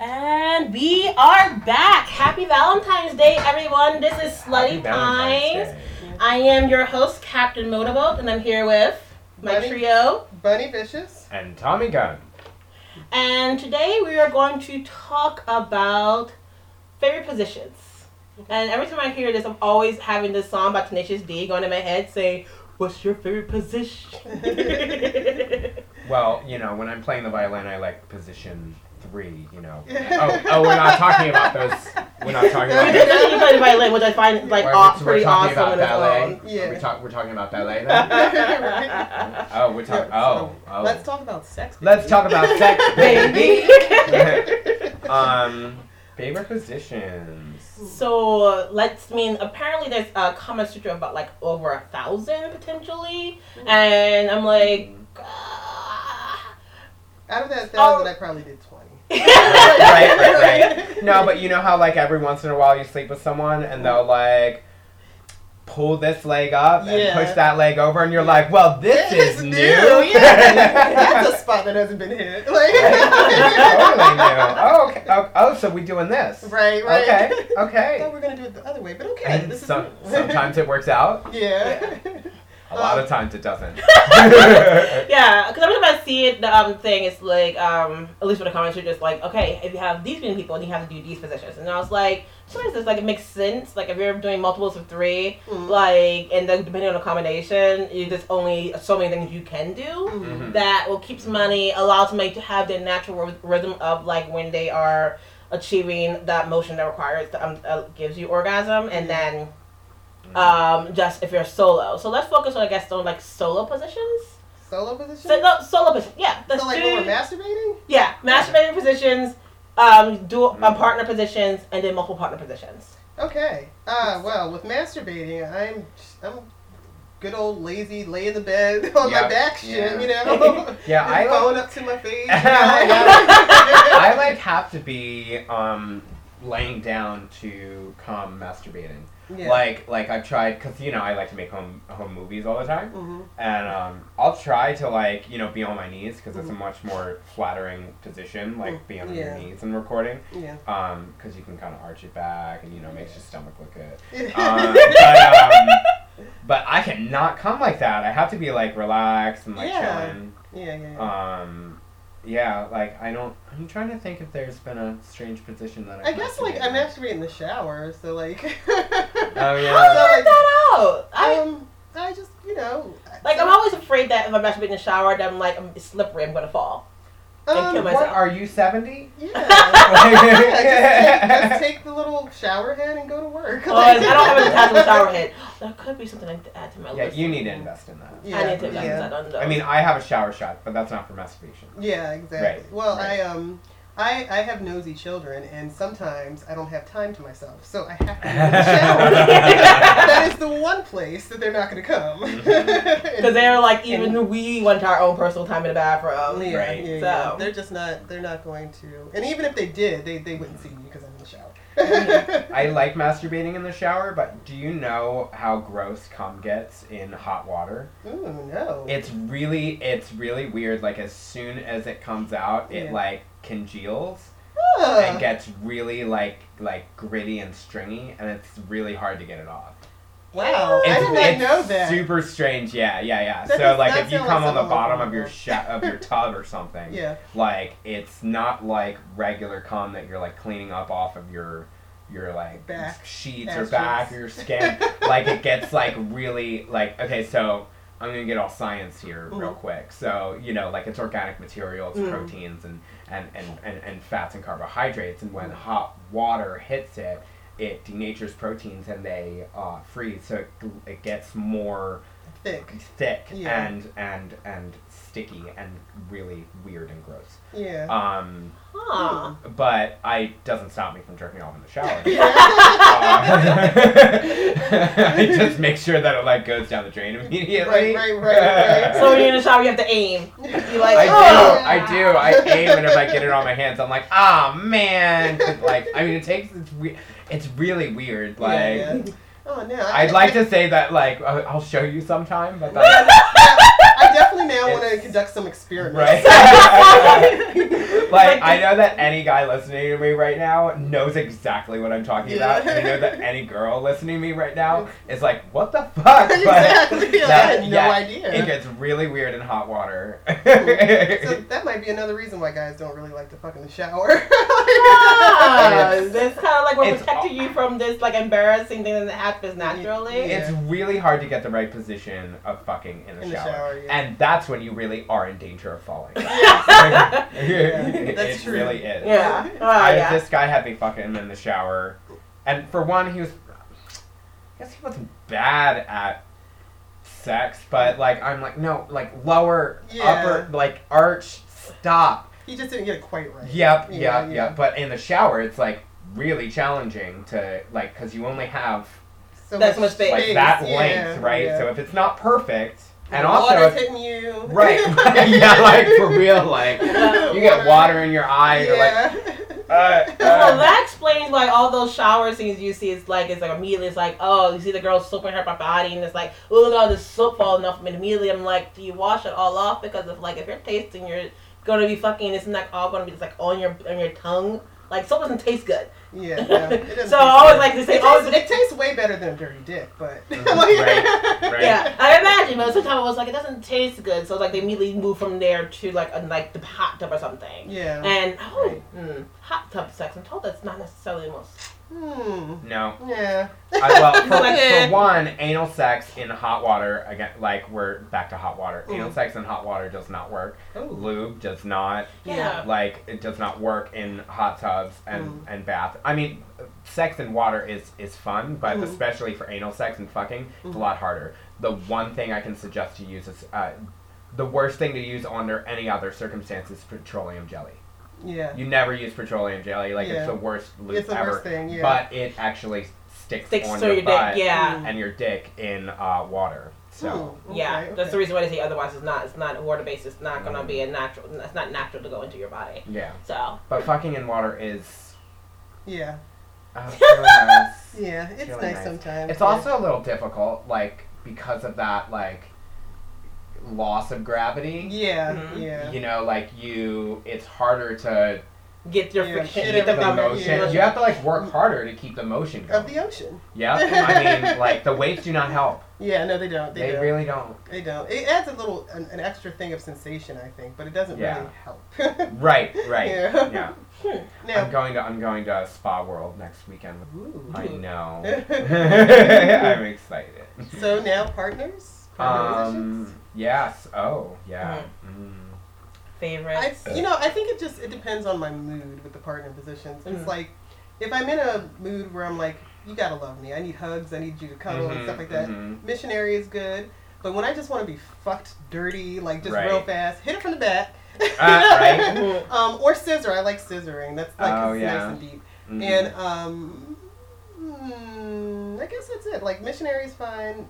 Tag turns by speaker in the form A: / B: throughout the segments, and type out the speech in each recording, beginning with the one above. A: And we are back. Happy Valentine's Day, everyone. This is Slutty Times. I am your host, Captain Motorboat, and I'm here with my
B: Buddy.
A: trio.
B: Bunny Vicious.
C: And Tommy Gun.
A: And today we are going to talk about favorite positions. And every time I hear this, I'm always having this song by Tenacious D going in my head saying, What's your favorite position?
C: Well, you know, when I'm playing the violin, I like position three, you know. oh, oh, we're not talking about those. We're not talking about
A: Because
C: those.
A: that's what you play the violin, which I find like
C: We're-
A: aw-
C: we're
A: pretty
C: talking
A: awesome in
C: about ballet.
A: its
C: Are we
B: Yeah.
C: talk, we're talking about ballet then?
B: Right.
C: Oh, we're talking.
B: Yeah,
C: Oh,
B: so
C: oh.
B: Let's talk about sex. baby.
C: Let's talk about sex, baby. um, favorite positions.
A: So uh, let's mean apparently there's a comment section about like over a thousand potentially, and I'm like. ah.
B: Out of that
A: Oh.
B: thousand, I probably did twenty.
C: right, right, right. No, but you know how like every once in a while you sleep with someone and they'll like pull this leg up
B: Yeah.
C: and push that leg over and you're like, well, this is new.
B: yeah. That's a spot that hasn't been hit. Like,
C: totally new. Oh, okay. oh, oh, so we doing this?
B: right, right.
C: Okay,
B: I thought
C: okay.
B: we were gonna do it the other way, but okay.
C: And
B: this is
C: some,
B: new.
C: sometimes it works out.
B: yeah.
C: A lot
B: Um,
C: of times it doesn't.
A: Yeah, because every time I see it, the um thing is like um at least for the comments you're just like okay if you have these many people then you have to do these positions and I was like sometimes it's like it makes sense like if you're doing multiples of three
B: Mm.
A: like and then depending on the combination you there's only so many things you can do
B: Mm.
C: Mhm.
A: that will keeps money allows me to have their natural ryth- rhythm of like when they are achieving that motion that requires um, uh, gives you orgasm and then um just if you're solo so let's focus on i guess on like solo positions
B: Solo position.
A: so, no, solo position yeah let's
B: So, like
A: do
B: when we're masturbating.
A: yeah masturbating positions um dual uh, partner positions and then multiple partner positions
B: Okay. Uh, well, with masturbating, I'm I'm good old lazy, lay in the bed on
C: Yeah,
B: my back shit,
C: yeah.
B: you know.
C: Yeah, I
B: And
C: like-
B: phone up to my face. you know?
C: I like have to be um, laying down to calm masturbating.
B: yeah.
C: Like like I've tried because you know I like to make home home movies all the time,
B: Mhm.
C: and um, I'll try to like you know be on my knees because it's a much more flattering position, like being on
B: Mm-hmm. Mm, Yeah.
C: your knees and recording,
B: Yeah.
C: because you can kind of arch it back and you know makes your stomach look good. Um, but, um, but I cannot come like that. I have to be like relaxed and like
B: Yeah.
C: chilling.
B: yeah, yeah, yeah.
C: Um, yeah, like I don't. I'm trying to think if there's been a strange position that
B: I guess like I masturbate in the shower, so like. oh
C: yeah.
A: how do you
B: So,
A: work
B: like,
A: that out i
B: um, I just you know.
A: like i'm always afraid that if i masturbate in the shower that i'm like i'm it's slippery i'm gonna fall
B: um,
A: kill myself.
C: What are you seventy?
B: Yeah. yeah, just take, just take the little shower head and go to work.
A: Oh, I don't have a detachable shower head. That could be something I need to add to my
C: yeah,
A: list.
C: you need to invest in that.
A: I need to invest
B: yeah.
A: that on those.
C: I mean, I have a shower shot, but that's not for masturbation.
B: Yeah, exactly.
C: Right,
B: Well,
C: right.
B: I um, I I have nosy children, and sometimes I don't have time to myself, so I have to go in the shower. that is the one place that they're not going to come.
C: Mm-hmm.
A: because
B: Because
A: they're like even we want our own personal time in the bathroom.
B: yeah,
C: right,
B: yeah,
A: so.
B: yeah. they're just not. They're not going to. And even if they did, they they wouldn't see me because I'm in the shower.
C: I like masturbating in the shower, but do you know how gross cum gets in hot water?
A: Mm-hmm.
B: Ooh no.
C: It's really, it's really weird. Like as soon as it comes out, it
B: Yeah. Uh.
C: like congeals.
B: Ugh.
C: and gets really like like gritty and stringy, and it's really hard to get it off.
B: wow,
C: It's,
B: I did not
C: it's
B: know that.
C: Super strange, yeah, yeah, yeah.
B: That
C: so
B: does
C: like
B: not
C: if you
B: sound
C: come
B: like
C: on the
B: something I
C: bottom
B: would
C: of your
B: want.
C: sha of your tub or something,
B: yeah.
C: like it's not like regular cum that you're like cleaning up off of your your like
B: Back.
C: sheets or
B: Ass
C: back
B: cheeks.
C: or your skin. like it gets like really like okay, so I'm gonna get all science here real
B: Mhm.
C: quick. So you know, like it's organic material, it's
A: Mm.
C: proteins and and, and, and and fats and carbohydrates, and when hot water hits it, it denatures proteins and they uh, freeze, so it, it gets more
B: Thick.
C: thick
B: Yeah.
C: and and and sticky and really weird and gross.
B: Yeah.
C: Um,
A: huh.
C: but I doesn't stop me from jerking off in the shower.
B: yeah.
C: Uh, I just make sure that it like goes down the drain immediately.
B: Right, right, right, right.
A: So when you're in the shower, you have to aim. You like
C: I do,
A: oh.
C: I do. I aim, and if I get it on my hands, I'm like, ah, man. 'Cause, Like, I mean, it takes. It's, we- it's really weird. Like,
B: Yeah, yeah. Oh no. I-
C: I'd like to say that. Like, I- I'll show you sometime, but that's
B: I definitely now want to
C: It's-
B: conduct some experiments.
C: right. Like I know that any guy listening to me right now knows exactly what I'm talking
B: Yeah.
C: about. And I know that any girl listening to me right now is like, "What the fuck?"
B: exactly. I
C: that-
B: had no
C: yeah,
B: idea.
C: It gets really weird in hot water.
B: so that might be another reason why guys don't really like to fuck in the shower.
A: Ah, It's kind of like we're
C: It's-
A: protecting you from this like embarrassing thing that happens naturally.
B: Yeah.
C: It's really hard to get the right position of fucking in the,
B: in the
C: shower.
B: shower, yeah.
C: And that's when you really are in danger of falling.
B: that's
C: it
B: true.
C: really is.
A: Yeah. Oh,
C: I,
A: yeah.
C: This guy had me fucking in the shower, and for one, he was. I guess he wasn't bad at sex, but like I'm like no, like lower,
B: Yeah.
C: upper, like arch, stop.
B: he just didn't get it quite right.
C: Yep,
B: Yeah,
C: yep, yeah.
B: yeah.
C: But in the shower, it's like really challenging to like because you only have
B: So
A: That's much space.
C: like
A: Space,
C: that
B: yeah,
C: length, right?
B: yeah.
C: So if it's not perfect, and
B: The
C: also
B: water's
C: if
B: hitting you.
C: Right. yeah, like for real, like you get water in your eye, you're like, uh,
A: well,
C: uh,
A: that explains why all those shower scenes you see is like it's like immediately it's like oh you see the girl soaping her body and it's like oh look at all this soap falling off and immediately I'm like do you wash it all off because if like if you're tasting you're gonna be fucking it's not all gonna be just like on your on your tongue like soap doesn't taste good
B: yeah, yeah. It
A: so
B: doesn't taste
A: I always
B: good.
A: like to say
B: it,
A: oh
B: tastes, it tastes way better than a dirty dick, but
C: Mhm.
B: like-
C: Right, right.
A: Yeah, I imagine, but sometimes I was like, it doesn't taste good, so like they immediately move from there to like a like the hot tub or something.
B: yeah.
A: And oh, mm, hot tub sex. I'm told that's not necessarily the most.
B: Hmm.
C: no.
B: Yeah.
C: I, well, for,
A: Yeah.
C: for one, anal sex in hot water again, like we're back to hot water. Anal
B: Mm. Oh.
C: sex in hot water does not work.
B: Ooh.
C: Lube does not
A: Yeah.
C: like it does not work in hot tubs and
B: Mm.
C: and bath. I mean, sex in water is is fun, but
B: Mhm.
C: especially for anal sex and fucking, it's a
B: Mhm.
C: lot harder. The one thing I can suggest to use is uh, the worst thing to use under any other circumstance is petroleum jelly.
B: Yeah.
C: You never use petroleum jelly, like
B: Yeah.
C: it's the worst lube
B: It's the
C: ever.
B: worst thing, yeah. Hmm.
C: But it actually sticks,
A: Sticks
C: on
A: to
C: your,
A: your dick,
C: butt
A: yeah.
C: and your dick in uh, water. So
B: Hmm,
A: Yeah,
B: okay,
A: that's the
B: okay.
A: reason why they say otherwise it's not. It's not water based. It's not gonna
C: Mm.
A: be a natural. It's not natural to go into your body.
C: yeah,
A: So
C: but fucking in water is.
B: Yeah.
C: Uh, really nice.
B: Yeah. It's
C: Really
B: nice,
C: nice.
B: sometimes.
C: It's
B: yeah.
C: also a little difficult, like because of that, like loss of gravity.
B: Yeah.
C: Mm-hmm.
A: Mhm.
B: Yeah.
C: You know, like you, it's harder to
A: get your
B: Yeah,
A: friction.
B: shit
A: Get
C: the
A: the
B: in the
A: motion.
C: motion.
B: yeah.
C: You have to like work harder to keep the motion
B: Of
C: going.
B: the ocean.
C: Yeah, I mean, like the weights do not help.
B: Yeah. No, they don't. They,
C: They
B: don't.
C: really don't.
B: They don't. It adds a little, an, an extra thing of sensation, I think, but it doesn't
C: Yeah.
B: really help.
C: Right, right.
B: Yeah.
C: Yeah. I'm
B: now,
C: going to I'm going to Spa World next weekend.
B: Ooh.
C: I know. I'm excited.
B: so now partners. Partner
C: Um. Yes. Oh. Yeah.
B: Mm-hmm.
C: Mm.
B: I,
C: uh,
A: Favorites.
B: you know, I think it just it depends on my mood with the partner positions. It's
A: Mhm.
B: like if I'm in a mood where I'm like, you gotta love me, I need hugs, I need you to cuddle and
C: Mhm,
B: stuff like that.
C: mhm.
B: Missionary is good, but when I just want to be fucked dirty, like just real
C: Right.
B: fast, hit it from the back.
C: Ah,
A: right.
B: um, or scissor. I like scissoring. That's like
C: Oh,
B: it's
C: yeah.
B: nice and deep.
C: Mhm.
B: And um, mm, I guess that's it. Like missionary's fine.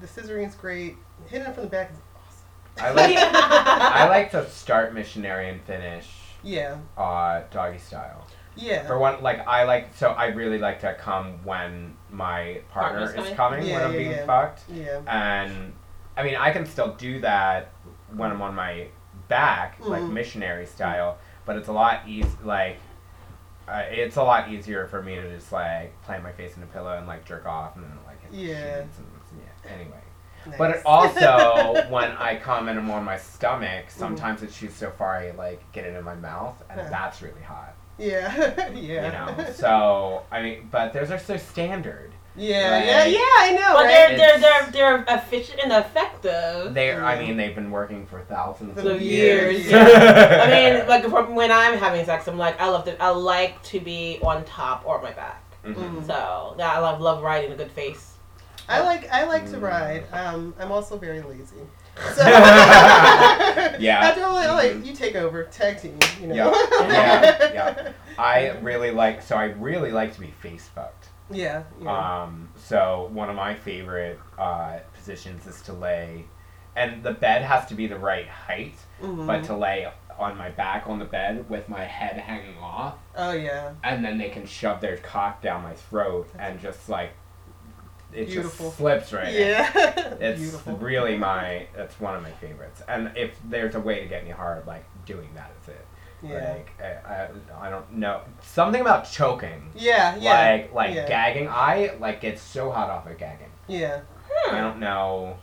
B: The scissoring's great. Hitting it from the back is awesome.
C: I like I like to start missionary and finish
B: Yeah.
C: uh doggy style.
B: Yeah.
C: For one, like I like so I really like to come when my partner
A: Partner's
C: is
A: coming?
C: coming when
B: Yeah,
C: I'm
B: yeah,
C: being
B: yeah.
C: fucked.
B: yeah.
C: and I mean I can still do that when I'm on my back, like
B: Mhm.
C: missionary style, but it's a lot eas like uh, it's a lot easier for me to just like plant my face in a pillow and like jerk off and then like hit the
B: Yeah.
C: sheets and, yeah. Anyway, but
B: Nice.
C: it also when I come and I'm on my stomach, sometimes it shoots so far I like get it in my mouth, and
B: Mm-hmm. Yeah.
C: that's really hot,
B: Yeah, yeah.
C: you know. So I mean, but theirs are so standard.
B: yeah,
C: Right.
B: yeah, yeah, I know,
A: But they're
B: right?
A: they're they're they're efficient and effective.
C: They, are I
B: Yeah.
C: mean, they've been working for thousands
B: Mm-hmm. For
C: of
A: years,
C: years.
A: I mean, like from when I'm having sex, I'm like I love it. I like to be on top or my back.
C: Mm-hmm.
B: Mm.
A: So yeah, I love love riding a good face.
B: I like I like to
C: Mm.
B: ride. Um, I'm also very lazy. So
C: Yeah.
B: I don't really
C: Mhm.
B: like you take over tag team. You know.
C: Yeah.
A: Yeah,
C: yeah. I really like, so I really like to be face fucked.
B: Yeah, yeah.
C: Um, so one of my favorite uh, positions is to lay, and the bed has to be the right height,
B: Mhm.
C: but to lay on my back on the bed with my head hanging off,
B: oh yeah,
C: and then they can shove their cock down my throat and just like, it
B: Beautiful.
C: just slips right in.
B: yeah.
C: It's
B: Beautiful.
C: really my. That's one of my favorites. And if there's a way to get me hard, like doing that is it.
B: Yeah.
C: Like I, I, I don't know something about choking.
B: Yeah, yeah.
C: Like like
B: yeah.
C: gagging. I like get so hot off of gagging.
B: yeah.
A: Hmm.
C: I don't know.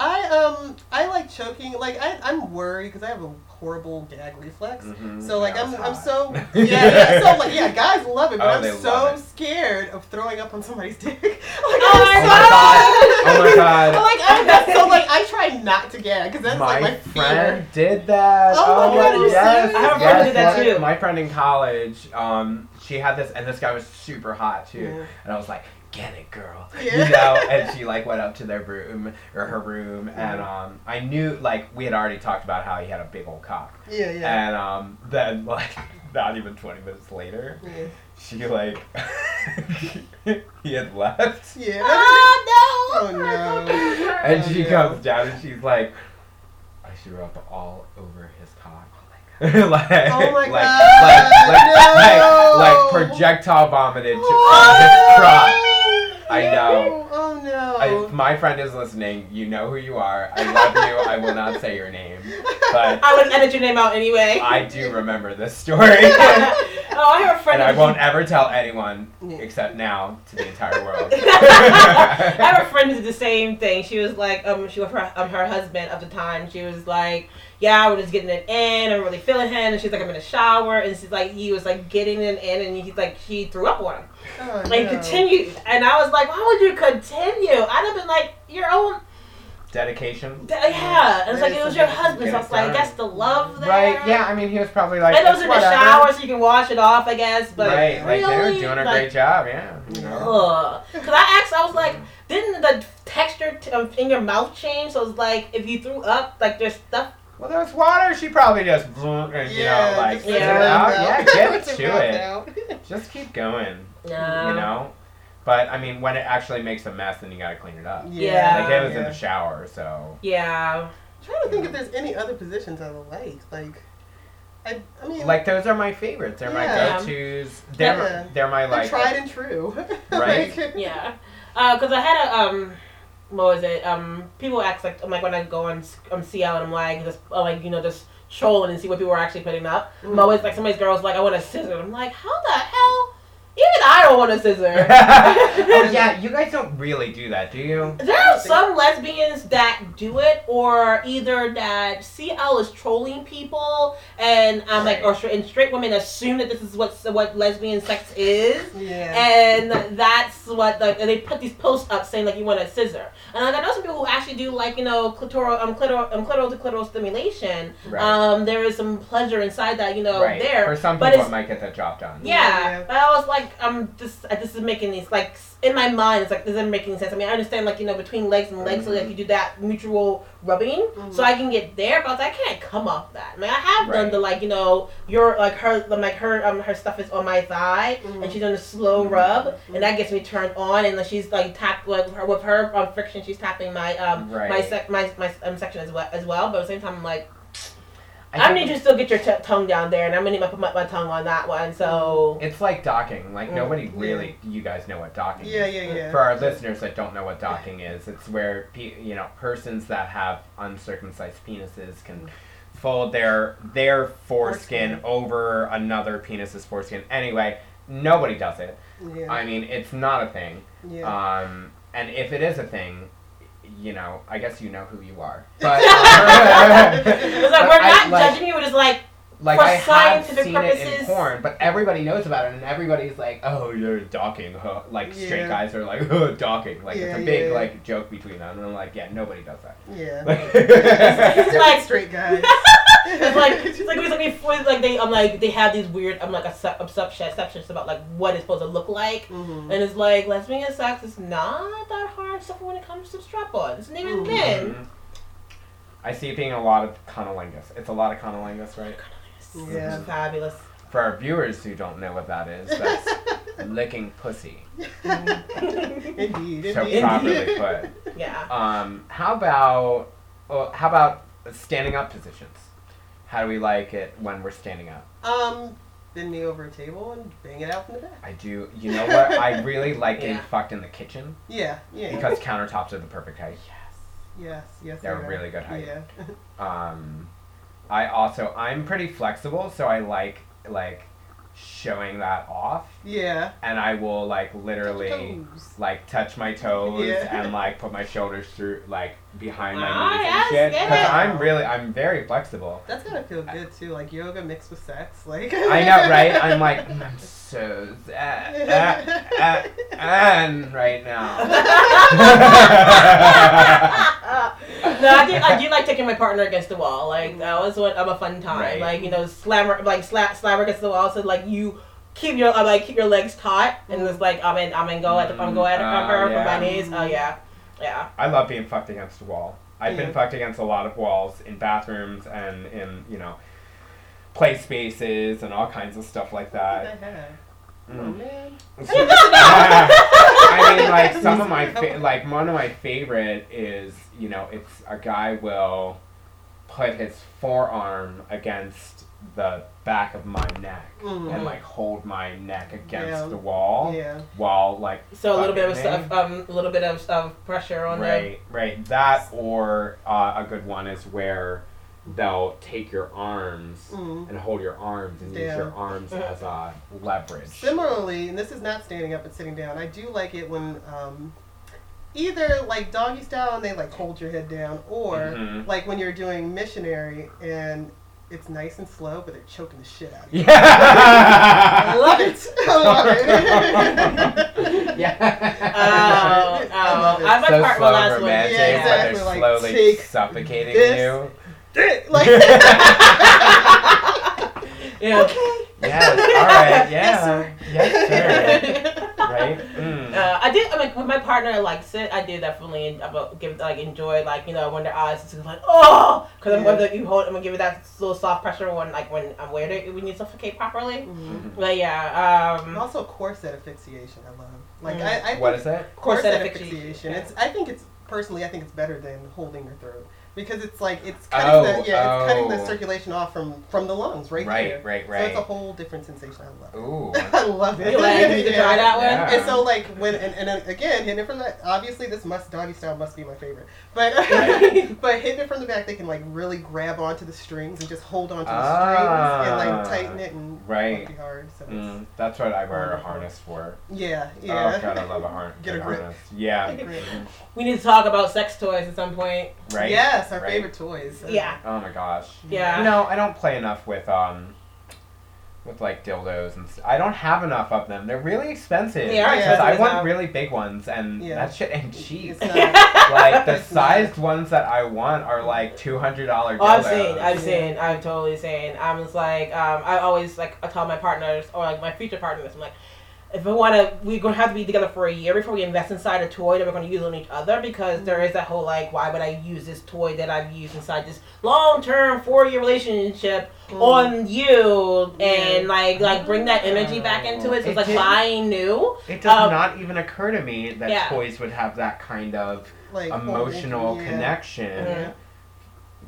B: I um I like choking. Like I I'm worried because I have a horrible gag reflex.
C: Mhm.
B: So like
C: Yeah,
B: I'm
C: it's
B: I'm
C: hot.
B: so yeah, yeah so like yeah guys love it
C: Oh,
B: but
C: they
B: I'm so
C: love it.
B: scared of throwing up on somebody's dick. Like
A: Oh
B: I'm
C: Oh
B: so
C: my god! Oh my god!
B: I'm like I'm not, so like I try not to gag because that's
C: my,
B: like my
C: friend
B: fear.
C: did that.
B: Oh my God, are you
C: yes,
B: serious? I
A: have a friend who did that
C: my-
A: too.
C: My friend in college, um, she had this, and this guy was super hot too.
B: Yeah.
C: And I was like, "Get it, girl,"
B: Yeah.
C: you know. And she like went up to their room or her room, and um, I knew like we had already talked about how he had a big old cock,
B: Yeah yeah.
C: and um, then like not even twenty minutes later,
B: yeah.
C: she like he had left.
B: Yeah.
A: Ah,
B: Oh,
A: no.
B: no.
C: And
B: Oh,
C: she
B: no.
C: comes down and she's like, I threw up all over his cock. like, oh my god.
B: Oh my
C: like,
B: God, no.
C: like, like, like projectile vomited to
B: Oh.
C: on his crotch. I know.
B: Oh no.
C: I, if my friend is listening. You know who you are. I love you. I will not say your name, but
A: I wouldn't edit your name out anyway.
C: I do remember this story, and
A: oh, I have a friend.
C: I
A: who-
C: won't ever tell anyone
B: Yeah.
C: except now to the entire world.
A: I have a friend who did the same thing. She was like, um, she was her, um, her husband at the time. She was like, yeah, we're just getting it in. I'm really feeling him. And she's like, I'm in the shower. And she's like, he was like getting it in. And he's like, she threw up on him.
B: oh,
A: Like,
B: no.
A: continued. And I was like, why would you continue? I'd have been like, your own.
C: Dedication.
A: Yeah. And it's like, it was your husband. So I was like, that's the love there.
C: Right? Yeah. I mean, he was probably like.
A: I know it's in the
C: "Whatever."
A: shower, so you can wash it off, I guess. But
C: right, like they were
A: really,
C: doing a
A: like,
C: great job, yeah. You know?
A: Ugh. Cause I asked, I was like, didn't the texture t- um, in your mouth change? So it's like if you threw up, like there's stuff.
C: Well, there was water. She probably just, and, you know, like,
A: Yeah.
C: get
B: just put
C: it
B: your
C: out.
B: mouth
C: Yeah,
B: out.
C: get
B: Put your
C: to
B: mouth
C: it.
B: out.
C: Just keep going,
A: No.
C: you know. But I mean, when it actually makes a mess, then you gotta clean it up.
A: Yeah.
C: Like it was in
B: yeah.
C: the shower, so
A: Yeah.
B: trying to think if there's any other positions I would like. Like, I, I mean,
C: like those are my favorites. They're
B: Yeah.
C: my go-to's. They're
B: Yeah.
C: my, they're my
B: they're
C: like
B: tried and true.
C: Right.
B: Like,
A: Yeah. Uh, cause I had a um, what was it? Um, people ask like I'm like when I go on s- um CL and I'm like just uh, like you know just trolling and see what people are actually putting up.
B: Mm.
A: I'm always like somebody's girls like I want a scissor. I'm like how the hell? Even I don't want a scissor.
C: oh yeah, you guys don't really do that, do you?
A: There are some lesbians that do it, or either that CL is trolling people, and um, like, or and straight women assume that this is what what lesbian sex is,
B: yeah.
A: and that's what like and they put these posts up saying like you want a scissor, and like, I know some people who actually do like you know clitoral um clitoral um clitoral to clitoral stimulation.
C: Right.
A: Um, there is some pleasure inside that you know
C: right.
A: there,
C: For some
A: but
C: people,
A: it's-
C: it might get that job done.
A: yeah,
B: Yeah.
A: but I was like, I'm just, I, this is making these like s- in my mind. It's like this isn't making sense. I mean, I understand like you know between legs and legs, so
C: Mm-hmm.
A: like you do that mutual rubbing, so
B: Mhm.
A: I can get there. But I, was like, I can't come off that. I mean, I have done
C: Right.
A: the like you know your like her like her um her stuff is on my thigh, and
B: Mhm.
A: she's doing a slow
C: Mhm.
A: rub, and that gets me turned on. And then she's like tap with her with her um, friction, she's tapping my um my
C: Right.
A: sec my my um, section as well as well. But at the same time, I'm like.
C: I
A: I
C: think
A: need you to still get your t- tongue down there, and I'm gonna need to put my, my tongue on that one. So
C: It's like docking. Like
A: Mm.
C: nobody really, you guys know what docking.
B: Yeah,
C: is.
B: yeah, yeah.
C: For our listeners that don't know what docking is, it's where pe- you know persons that have uncircumcised penises can fold their their foreskin,
B: Foreskin.
C: over another penis's foreskin. Anyway, nobody does it.
B: yeah.
C: I mean, it's not a thing.
B: yeah.
C: Um, and if it is a thing, you know, I guess you know who you are. But, uh, but
A: It's like, uh, we're
C: I-
A: not
C: like-
A: judging you. We're just like,
C: like
A: For
C: I have
A: scientific
C: seen it in
A: purposes.
C: porn, but everybody knows about it, and everybody's like, "Oh, you're docking." Huh? Like straight
B: Yeah.
C: guys are like, "Oh, docking." Like
B: Yeah,
C: it's a
B: yeah,
C: big
B: yeah.
C: like joke between them, and I'm like, "Yeah, nobody does that."
B: yeah.
A: it's
C: Like,
A: like,
B: straight guys.
A: it's like, it's like, it's like, before, like they, I'm like, they have these weird, I'm like, accept- exceptions exceptions about like what it's supposed to look like.
B: Mhm.
A: And it's like lesbian sex is not that hard, except for when it comes to strap-ons and even
B: Mhm.
A: then.
C: Mhm. I see it being a lot of conolingus. It's a lot of conolingus, right?
A: It's
B: Yeah.
A: fabulous.
C: For our viewers who don't know what that is, that's licking pussy.
B: Indeed.
C: So
B: indeed.
C: properly put.
A: Yeah.
C: Um, how about oh, how about standing up positions? How do we like it when we're standing up?
B: Um, bend me over a table and bang it out from the back.
C: I do. You know what? I really like getting
A: Yeah.
C: fucked in the kitchen
B: Yeah. Yeah.
C: because countertops are the perfect height.
B: Yes. Yes.
C: They're
B: they are.
C: really good height.
B: Yeah.
C: Um, I also I'm pretty flexible, so I like like showing that off,
B: Yeah.
C: and I will like literally
B: Toes.
C: like touch my toes
B: Yeah.
C: and like put my shoulders through like behind my
A: Ah,
C: knees
A: yes,
C: and shit.
A: get
B: it.
C: I'm really I'm very flexible.
B: That's gotta feel good too, like yoga mixed with sex. Like
C: I know, right? I'm like "Mm, I'm so sad uh, and right now.
A: no, I do, I do like taking my partner against the wall. Like that was what of a fun time.
C: Right.
A: Like you know, slam her, like slap, slam her against the wall. So like you keep your uh, like keep your legs taut, and it's like I'm in, I'm in go at the, I'm go at the
C: Mm,
A: cover
C: uh,
A: from my
B: yeah.
A: knees. Oh yeah, yeah.
C: I love being fucked against a wall. I've
B: Yeah.
C: been fucked against a lot of walls in bathrooms and in, you know, play spaces and all kinds of stuff like that.
B: Oh
C: Mm.
B: man.
C: I mean, like some of my fa- like one of my favorite is you know it's a guy will put his forearm against the back of my neck
B: Mm.
C: and like hold my neck against
B: Yeah.
C: the wall
B: Yeah.
C: while like
A: So a little bit of
C: fucking me.
A: stuff, um, a little bit of, of pressure on
C: Right, right. That or uh, a good one is where they'll take your arms
B: Mm.
C: and hold your arms and
B: Yeah.
C: use your arms as a leverage.
B: Similarly, and this is not standing up but sitting down. I do like it when um, either like doggy style and they like hold your head down, or
C: Mhm.
B: like when you're doing missionary and it's nice and slow, but they're choking the shit out of you. I
C: Yeah.
B: love it. I love it.
A: them.
B: Uh,
C: yeah.
A: Oh, oh.
B: I love it.
A: I'm
C: so
A: a part
C: slow
A: well, last one.
C: romantic,
B: Yeah, exactly,
C: but they're
B: like,
C: slowly
B: take
C: suffocating
B: this.
C: you.
B: like,
A: Yeah.
C: Yes. All right. Yeah. Yes, sir.
A: uh,
C: Right. Mm.
A: I did. I mean, when my partner likes it, I do definitely en- about- give like enjoy like you know when their eyes is like oh because I'm
B: Yeah.
A: gonna you hold I'm gonna give it that little soft pressure when like when I'm where they- when you suffocate properly.
B: Mhm.
C: Mhm.
A: But yeah, um,
B: And also corset asphyxiation. I love. Like
A: Mm.
B: I, I
C: What
B: think
C: is
A: Corset
C: it?
B: corset,
A: asphyxiation,
B: asphyxiation.
A: yeah.
B: It's. I think it's personally. I think it's better than holding your throat because it's like it's cutting
C: Oh,
B: the yeah it's cutting
C: oh.
B: the circulation off from from the lungs right,
C: Right.
B: there.
C: Right.
B: So it's a
C: Right.
B: whole different sensation. I love. it.
C: Ooh.
B: I love it.
A: you like you can try that one.
C: Yeah.
B: And so like when and, and then again hitting it from the obviously this must doggy style must be my favorite, but
A: Right.
B: but hitting it from the back they can like really grab onto the strings and just hold onto the
C: Ah.
B: strings and like tighten it and
C: Right.
B: be hard. So it's,
C: Mm, that's what I wear a harness for.
B: yeah, yeah.
C: Oh god, I love a har-
B: Get a
C: good
B: grip.
C: harness. Yeah,
B: Get a grip.
A: We need to talk about sex toys at some point.
C: right.
B: Yes, our
C: Right.
B: favorite toys.
A: Yeah.
C: Oh my gosh.
A: Yeah.
C: You know, I don't play enough with um, with like dildos and st- I don't have enough of them. They're really expensive.
A: They are
B: Yeah.
C: Because I
A: expensive
C: want
A: as hell.
C: really big ones, and
B: Yeah.
C: that shit ain't cheap.
B: It's not,
C: like the
B: It's not.
C: sized ones that I want are like two hundred dollar dildos.
A: Oh, I've seen, I've
B: Yeah.
A: seen, I've totally seen. I'm just like, um, I always like, I tell my partners or like my future partners, I'm like, if we want to, we're gonna have to be together for a year before we invest inside a toy that we're gonna use on each other because there is that whole like, why would I use this toy that I've used inside this long term four year relationship
B: Mm.
A: on you and
B: Yeah.
A: like, like bring that energy back into it. So
C: It
A: it's like
C: did.
A: buying new.
C: It does
A: Um,
C: not even occur to me that
A: yeah.
C: toys would have that kind of
B: like holding-
C: emotional
B: yeah.
C: connection.
A: Mhm.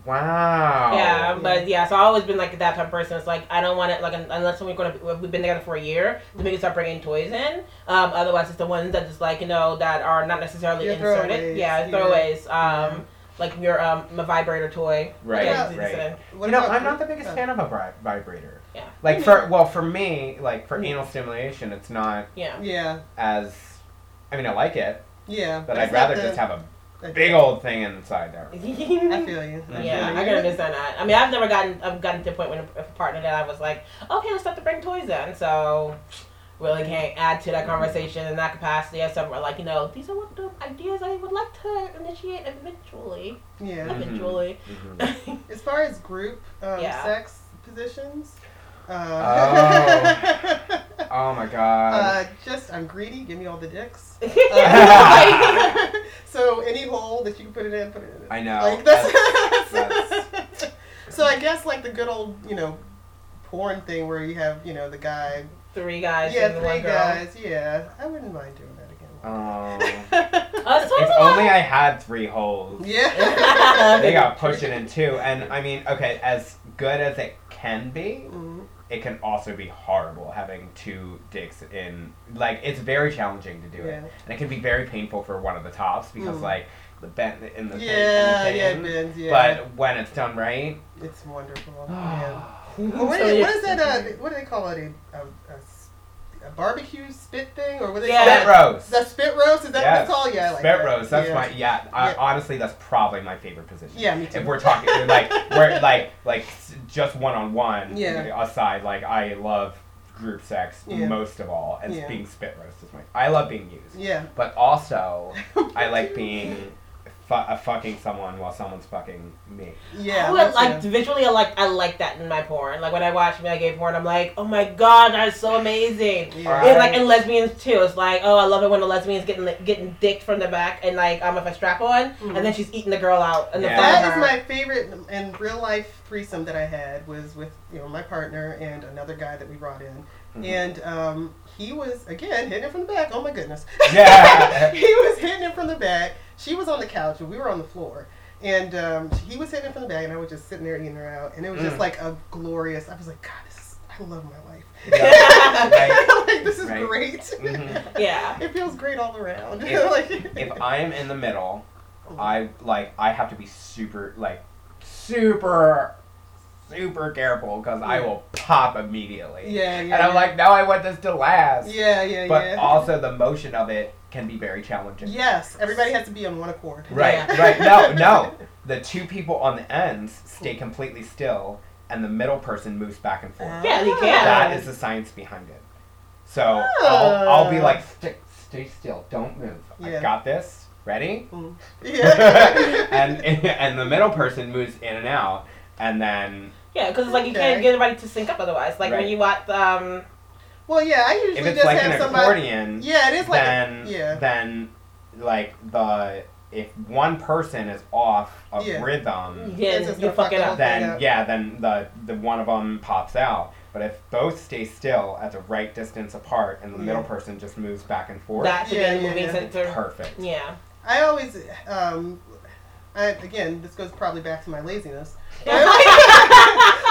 C: Wow.
A: Yeah,
B: Oh,
A: but yeah, so I've always been like that type of person. It's like I don't want it like un- unless we're gonna if we've been together for a year to make it start bringing toys in. Um, otherwise, it's the ones that just like you know that are not necessarily
B: Your
A: inserted.
B: throwaways,
A: Yeah,
B: yeah.
A: throwaways. Um, like your um my vibrator toy.
C: Right.
A: Yeah,
B: Yeah.
C: Right.
A: it's-
B: What
C: you know,
B: about-
C: I'm not the biggest
B: uh,
C: fan of a bri- vibrator.
A: Yeah.
C: Like
B: Mhm.
C: for well, for me, like for
B: Mhm.
C: anal stimulation, it's not
A: Yeah.
B: Yeah,
C: as. I mean, I like it,
B: yeah.
C: but
B: it's
C: I'd rather
B: not the-
C: just have a
B: like-
C: big old thing inside there.
B: I feel you. I
A: Yeah,
B: feel
A: I
B: you.
A: can understand that. I mean, I've never gotten I've gotten to a point when a partner that I was like, okay, let's start to bring toys in. So really can't add to
B: Mm-hmm.
A: that conversation in that capacity. Except for like you know, these are what the ideas I would like to initiate eventually.
B: Yeah.
C: Mhm.
A: Eventually.
B: Mm-hmm.
C: Mhm.
B: As far as group um,
A: Yeah.
B: sex positions, uh,
C: Oh. Oh my god.
B: uh, just I'm greedy. Give me all the dicks.
A: Like,
B: Uh, so any hole that you can put it in, put it in.
C: I know.
B: Like that's,
C: that's-
B: so I guess like the good old you know porn thing where you have you know the guy
A: three guys
B: yeah
A: and
B: three
A: one girl.
B: guys yeah I wouldn't mind doing that again.
C: oh.
A: Uh, so
C: If
A: it's a lot.
C: only I had three holes.
B: yeah.
C: They got pushing in two, and I mean, okay, as good as it can be,
B: Mhm.
C: it can also be horrible having two dicks in. Like it's very challenging to do
B: Yeah.
C: it, and it can be very painful for one of the tops because
B: Mm.
C: like the bend in the thing and the
B: Yeah, yeah,
C: thing.
B: it bends, yeah.
C: But when it's done right,
B: It's wonderful. yeah.
A: So
B: Well, what, is,
A: yeah.
B: what is that? Uh, what do they call it? A, a, a s- a barbecue spit thing, or what do they
A: Yeah.
C: Spit
B: call it?
C: roast.
B: The spit roast. Is that
C: Yes.
B: what it's called? Yeah, I like
C: Spit
B: that.
C: roast. That's
B: yeah.
C: my yeah. I,
B: Yeah.
C: Honestly, that's probably my favorite position.
B: Yeah, me too.
C: If we're talking like we're like like s- just one on one
B: Yeah.
C: aside, like I love group sex
B: Yeah.
C: most of all, and
B: Yeah.
C: being spit roast is my. I love being used,
B: Yeah.
C: but also I like being fu- uh, fucking someone while someone's fucking me.
B: Yeah.
A: I
B: me
A: would like
B: too.
A: visually. I like I like that in my porn. Like when I watch my gay porn, I'm like, oh my god, that's so amazing.
B: Yeah.
A: And like in lesbians too, it's like, oh, I love it when the lesbian's getting getting dicked from the back, and like, um, if I strap on, and then she's eating the girl out in the
C: Yeah.
A: front. of
B: Mm. That is
A: her.
B: my favorite and real life threesome that I had was with you know my partner and another guy that we brought in,
C: Mhm.
B: and um, he was again hitting it from the back. Oh my goodness!
C: Yeah.
B: he was hitting it from the back. She was on the couch and we were on the floor, and um, he was hitting it from the back, and I was just sitting there eating her out, and it was just
C: Mm.
B: like a glorious. I was like, God, this is, I love my life.
C: Yeah. Right.
B: like this is
C: Right.
B: great.
C: Mhm.
A: yeah.
B: It feels great all around.
C: If-
B: like,
C: If I'm in the middle, I like I have to be super like super super careful because I
B: Yeah.
C: will pop immediately.
B: yeah, yeah,
C: And I'm like, no, I want this to last.
B: yeah, yeah,
C: But
B: yeah.
C: also the motion of it can be very challenging.
B: Yes, everybody has to be on one accord.
C: Right,
A: Yeah.
C: right. No, no. The two people on the ends stay completely still and the middle person moves back and forth.
B: Ah.
A: Yeah, you can.
C: That is the science behind it. So I'll, I'll be
B: Ah.
C: like, stick, stay still, don't move.
B: Yeah.
C: I got this. Ready?
B: Yeah.
C: and and the middle person moves in and out, and then
A: Yeah, because it's like you
B: Okay.
A: can't get anybody to sync up otherwise. Like
C: Right.
A: when you watch, um,
B: well, yeah, I usually
C: if it's
B: just
C: like an
B: have somebody.
C: accordion,
B: Yeah, it is like.
C: then
B: yeah.
C: then like the if one person is off of
B: Yeah.
C: rhythm,
A: yeah,
B: It's just
A: you
B: gonna
A: fuck
B: fuck
A: it
B: it
A: up.
B: up.
C: then
B: Yeah.
C: yeah, then the the one of them pops out. But if both stay still at the right distance apart, and the middle
B: Yeah.
C: person just moves back and forth,
A: That should
B: Yeah,
A: be a
B: yeah,
A: moving
B: yeah.
A: sensor.
C: perfect.
A: Yeah.
B: I always, um, I, again, this goes probably back to my laziness.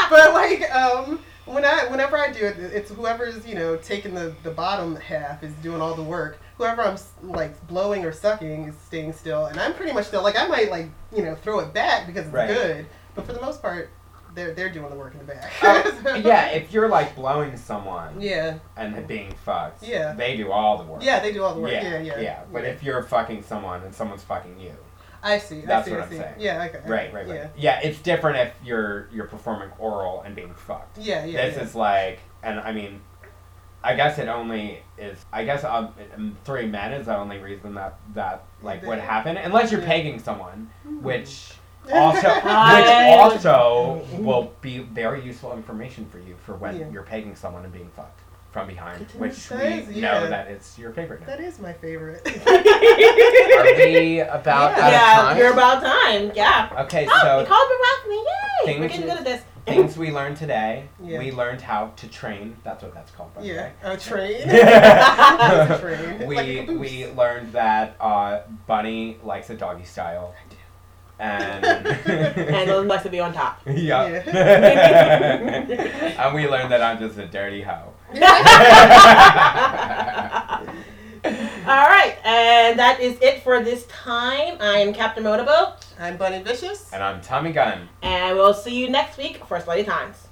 B: but like, um, when I, whenever I do it, it's whoever's you know taking the the bottom half is doing all the work. Whoever I'm s- like blowing or sucking is staying still, and I'm pretty much still. Like I might like you know throw it back because it's
C: Right.
B: good, but for the most part, they're they're doing the work in the back.
C: Oh, yeah, if you're like blowing someone
B: Yeah.
C: and being fucked,
B: Yeah.
C: they do all the work.
B: Yeah, they do all the work. Yeah, yeah.
C: But if you're fucking someone and someone's fucking you,
B: I see,
C: That's
B: I see,
C: what
B: I
C: I'm
B: see.
C: saying.
B: Yeah, okay.
C: right, right, right. Yeah. it's different if you're you're performing oral and being fucked.
B: Yeah, yeah, yeah.
C: this is like, and I mean, I guess it only is. I guess um, um, three men is the only reason that that like would
B: They-
C: happen, unless you're
B: yeah. Hmm.
C: pegging someone, which also which
A: I-
C: also will be very useful information for you for when
B: Mm-hmm. Yeah.
C: you're pegging someone and being fucked from behind,
B: Goodness
C: which we
B: sakes, yeah.
C: know that it's your favorite. Now.
B: that is my favorite.
C: Are we about out
B: Yeah.
C: of
A: yeah,
C: time?
A: you're about time. Yeah.
C: Okay,
A: Oh,
C: so
A: you called me Rockney. Yay!
C: Things
A: We're getting good at this.
C: things we learned today.
B: Yeah.
C: We learned how to train. That's what that's called, by
B: yeah,
C: the
B: a train. It's a
C: way.
B: train. It's
C: we
B: like a caboose.
C: we learned that uh, Bunny likes a doggy style,
B: I do.
C: and
A: and those must be on top.
C: yeah,
A: Yeah.
C: and we learned that I'm just a dirty hoe.
A: All right, and that is it for this time. I am Captain Motorboat,
B: I'm Bunny Vicious.
C: and I'm Tommy Gunn.
A: and we'll see you next week for Slutty Times.